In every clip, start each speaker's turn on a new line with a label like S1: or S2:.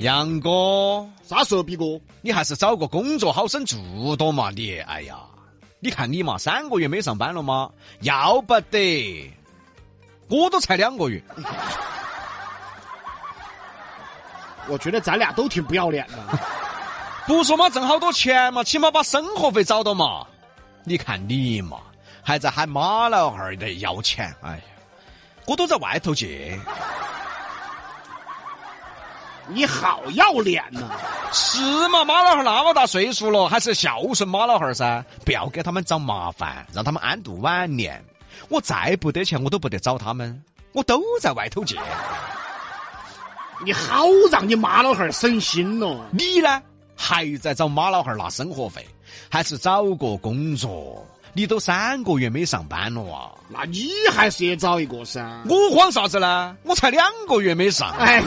S1: 杨哥，
S2: 啥时候比哥？
S1: 你还是找个工作好生做多嘛你。哎呀，你看你嘛，三个月没上班了吗？要不得，我都才两个月。
S2: 我觉得咱俩都挺不要脸的。
S1: 不说嘛，挣好多钱嘛，起码把生活费找到嘛。你看你嘛，还在喊妈老汉儿的要钱，哎呀，我都在外头借。
S2: 你好要脸呐、
S1: 是嘛，妈老汉儿那么大岁数了，还是孝顺妈老汉儿噻，不要给他们找麻烦，让他们安度晚年。我再不得钱，我都不得找他们，我都在外头借。
S2: 你好让你妈老汉儿省心哦。
S1: 你呢，还在找妈老汉儿拿生活费，还是找个工作？你都三个月没上班了啊！
S2: 那你还是也找一个噻。
S1: 我慌啥子呢？我才两个月没上，
S2: 哎，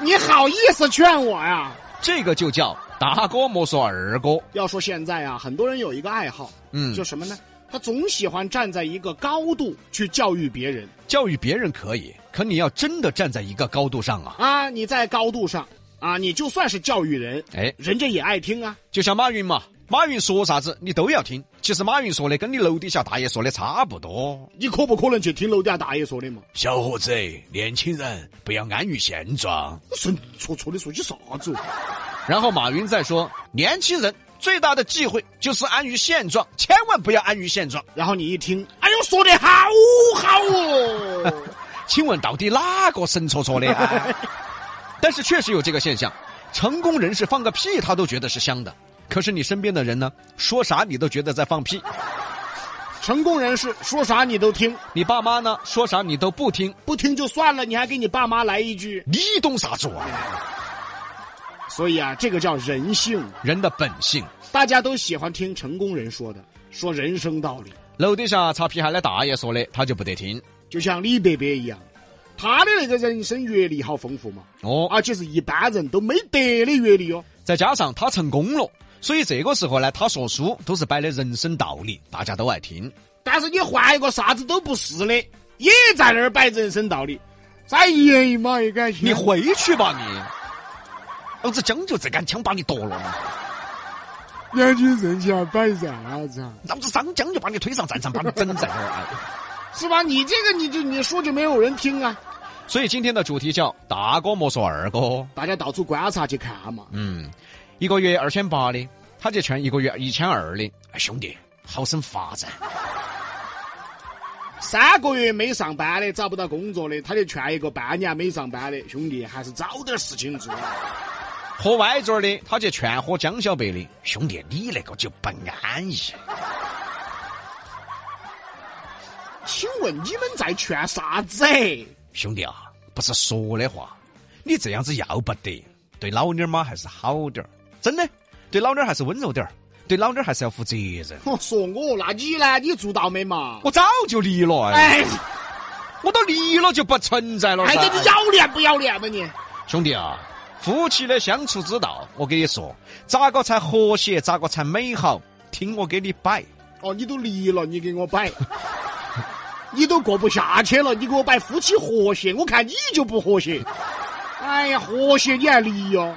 S2: 你好意思劝我呀？
S1: 这个就叫大哥莫说二哥。
S2: 要说现在啊，很多人有一个爱好，
S1: 嗯，
S2: 就什么呢？他总喜欢站在一个高度去教育别人
S1: 教育别人可以，可你要真的站在一个高度上啊！
S2: 啊。你在高度上啊，你就算是教育人，
S1: 哎，
S2: 人家也爱听啊。
S1: 就像马云嘛，马云说啥子你都要听。其实马云说的跟你楼底下大爷说的差不多。
S2: 你可不可能去听楼底下大爷说的嘛？
S1: 小伙子，年轻人不要安于现状。
S2: 你说戳戳的说些啥子？
S1: 然后马云再说，年轻人最大的忌讳就是安于现状，千万不要安于现状。
S2: 然后你一听，哎呦，说的好好哦。
S1: 请问到底哪个神戳戳的、 啊？但是确实有这个现象，成功人士放个屁他都觉得是香的，可是你身边的人呢，说啥你都觉得在放屁。
S2: 成功人士说啥你都听，
S1: 你爸妈呢，说啥你都不听，
S2: 不听就算了，你还给你爸妈来一句。
S1: 你懂啥子啊？
S2: 所以啊，这个叫人性，
S1: 人的本性，
S2: 大家都喜欢听成功人说的，说人生道理，
S1: 楼底下擦屁孩的大爷说的，他就不得听。
S2: 就像李伯伯一样，他的那个人生阅历好丰富嘛，
S1: 哦，
S2: 而且是一般人都没得的阅历哦。
S1: 再加上他成功了，所以这个时候呢，他说书都是摆的人生道理，大家都爱听。
S2: 但是你换一个啥子都不是的，也在那儿摆人生道理，再爷一妈一杆
S1: 你
S2: 你
S1: 回去吧你，老子将就这杆枪把你夺了，
S2: 年轻人想摆啥子啊？
S1: 老子张将就把你推上战场，把你整在那儿。哎
S2: 是吧？你这个你就你说就没有人听啊。
S1: 所以今天的主题叫大哥莫说二哥。
S2: 大家到处观察去看嘛。
S1: 嗯，一个月二千八的，他就劝一个月一千二的。哎，兄弟，好生发展。
S2: 三个月没上班的，找不到工作的，他就劝一个半年没上班的兄弟，还是找点事情做。
S1: 喝歪嘴儿的，他就劝喝江小白的。兄弟，你那个就不安逸。
S2: 请问你们在劝啥子？
S1: 兄弟啊，不是说的话，你这样子要不得。对老妞儿嘛还是好点儿，真的，对老妞儿还是温柔点儿，对老妞儿还是要负责任。
S2: 我说我，那你呢？你做到没嘛？
S1: 我早就离了，哎，
S2: 哎，
S1: 我都离了就不存在了
S2: 哎，
S1: 噻。
S2: 这你要脸不要脸嘛你？
S1: 兄弟啊，夫妻的相处之道，我跟你说，咋个才和谐，咋个才美好，听我给你摆。
S2: 哦，你都离了，你给 我摆，你都过不下去了，你给我摆夫妻和谐，我看你就不和谐。哎呀，和谐你还离哦哟、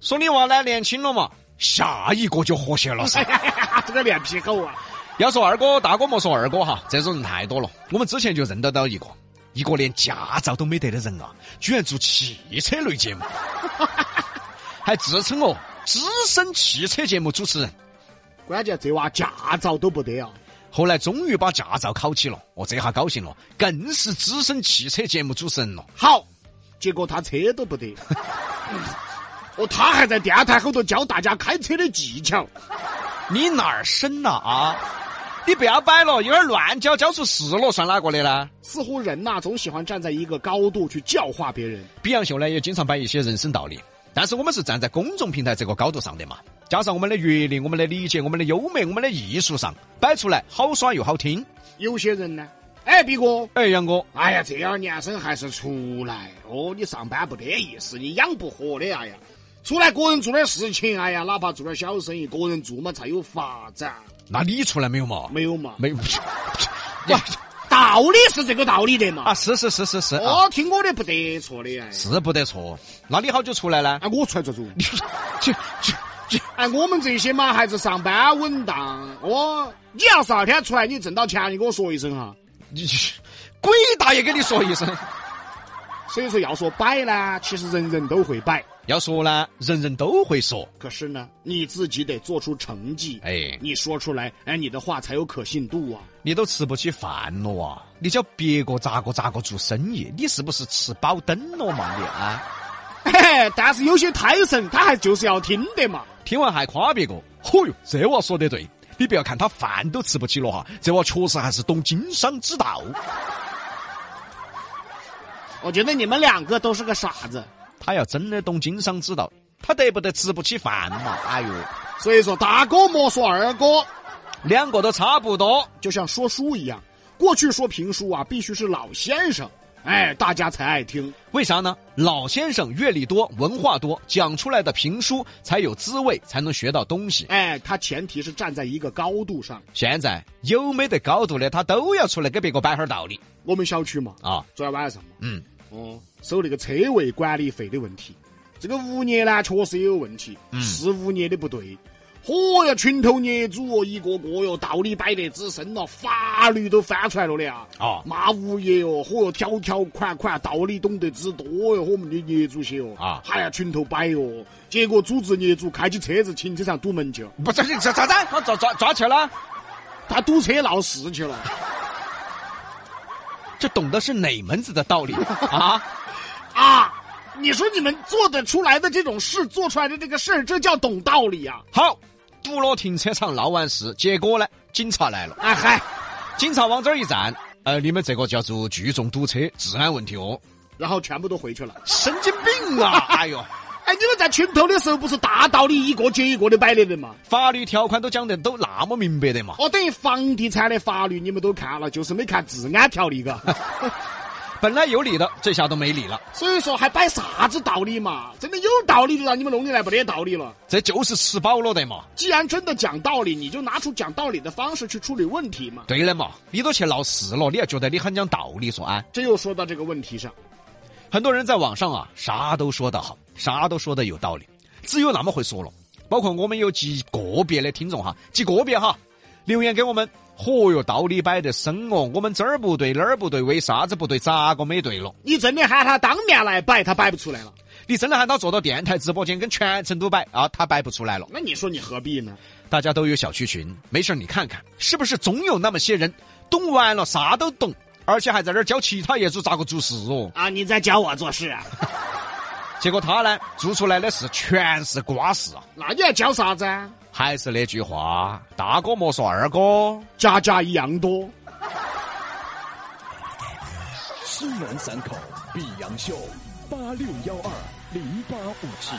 S1: 说你娃呢年轻了嘛，下一个就和谐了噻。
S2: 哎呀， 这个脸皮厚啊！
S1: 要说二哥、大哥莫说二哥哈，这种人太多了。我们之前就认得到一个，一个连驾照都没得的人啊，居然做汽车类节目， 还自称哦资深汽车节目主持人。
S2: 关键这娃驾照都不得啊！
S1: 后来终于把驾照考起了，哦，这下高兴了，更是资深汽车节目主持人了。
S2: 好，结果他车都不得。 哦，他还在电台后头教大家开车的技巧。
S1: 你哪儿深呐啊？你不要摆了，一会儿乱教教出事了，算哪个的呢？
S2: 似乎人呐、总喜欢站在一个高度去教化别人。
S1: 比洋秀呢也经常摆一些人生道理，但是我们是站在公众平台这个高度上的嘛，加上我们的阅历、我们的理解、我们的优美、我们的艺术上摆出来，好耍又好听。
S2: 有些人呢，哎，毕哥，
S1: 哎，杨哥，
S2: 哎呀，这二年生还是出来哦，你上班不得意思，你养不活的，哎呀，出来个人做点事情，哎呀，哪怕做点小生意，个人做嘛才有发展，
S1: 那你出来没有嘛？
S2: 没有嘛？
S1: 没有，
S2: 哇，大道理是这个道理的嘛。
S1: 啊，是是是是是啊，
S2: 哦，听我的不得错的哎。
S1: 是不得错。那你好久出来呢？
S2: 啊，我出来做主。
S1: 你这这这，
S2: 哎，我们这些嘛，还是上班稳当。我，你要是那天出来，你挣到钱，你给我说一声哈。
S1: 你鬼大爷给你说一声。
S2: 所以说，要说摆呢，其实人人都会摆，
S1: 要说呢，人人都会说，
S2: 可是呢，你自己得做出成绩。
S1: 哎，
S2: 你说出来，哎，你的话才有可信度啊！
S1: 你都吃不起饭了哇、你叫别个咋个咋个做生意，你是不是吃饱灯了嘛？你啊，
S2: 嘿嘿，但是有些胎神他还就是要听的嘛。
S1: 听完还夸别个，嚯哟，这娃说得对。你不要看他饭都吃不起了哈，这娃确实还是懂经商之道。
S2: 我觉得你们两个都是个傻子。
S1: 他要真的懂经商之道，他得不得吃不起饭嘛？哎呦，
S2: 所以说，大哥莫说二哥，
S1: 两个都差不多。
S2: 就像说书一样，过去说评书啊，必须是老先生，哎，大家才爱听。
S1: 为啥呢？老先生阅历多，文化多，讲出来的评书才有滋味，才能学到东西。
S2: 哎，他前提是站在一个高度上。
S1: 现在有没得高度的，他都要出来给别个摆哈儿道理
S2: 我们小区嘛，
S1: 啊。
S2: 昨天晚上嘛，
S1: 嗯，
S2: 哦，收那个车位管理费的问题，这个物业呢确实也有问题，
S1: 嗯
S2: 是物业的不对。嚯哟，群头业主哦，一个个哟，道理摆得之深了，法律都翻出来了的啊！
S1: 哦
S2: 骂物业哦，嚯哟，条条款款道理懂得之多哟，我们的业主些哦，
S1: 啊
S2: 还要群头摆哟，结果组织业主开起车子停车场堵门去了，
S1: 不是这这咋子？我抓抓抓去了？
S2: 他堵车闹事去了。
S1: 这懂得是哪门子的道 理啊？
S2: 啊，你说你们做得出来的这种事，做出来的这个事儿，这叫懂道理啊！
S1: 好，堵了停车场闹完事，结果呢，警察来了，
S2: 哎嗨，
S1: 警察往这儿一站，呃，你们这个叫做聚众堵车，治安问题哦。
S2: 然后全部都回去了。
S1: 神经病 啊！哎呦，
S2: 哎，你们在群头的时候不是大道理一个接一个的摆的的吗？
S1: 法律条款都讲得都那么明白的嘛。
S2: 哦，等于房地产的法律你们都看了，就是没看治安条例嘎。
S1: 本来有理的，这下都没理了，
S2: 所以说还摆啥子道理嘛？真的有道理就让你们弄进来，没得道理了。
S1: 这就是吃饱了的嘛。
S2: 既然真的讲道理，你就拿出讲道理的方式去处理问题嘛。
S1: 对的嘛，你都去闹事了，你还觉得你很讲道理说啊？
S2: 这又说到这个问题上，
S1: 很多人在网上啊，啥都说得好，啥都说得有道理，只有那么会说了。包括我们有几个别的听众哈，几个别哈留言给我们，嚯哟，道理摆得深哦，我们这儿不对那儿不对，为啥子不对，咋个没对了？
S2: 你真的喊他当面来摆，他摆不出来了。
S1: 你真的喊他坐到电台直播间跟全成都摆啊，他摆不出来了。
S2: 那你说你何必呢？
S1: 大家都有小区群，没事儿你看看，是不是总有那么些人懂完了啥都懂，而且还在这儿教其他业主咋个做事哦？
S2: 啊，你在教我做事啊？
S1: 结果他呢做出来的事全是瓜事啊！
S2: 那你还教啥子啊？
S1: 还是那句话，大哥莫说二哥，
S2: 家家一样多。
S3: 西南三口碧阳秀八六幺二零八五七。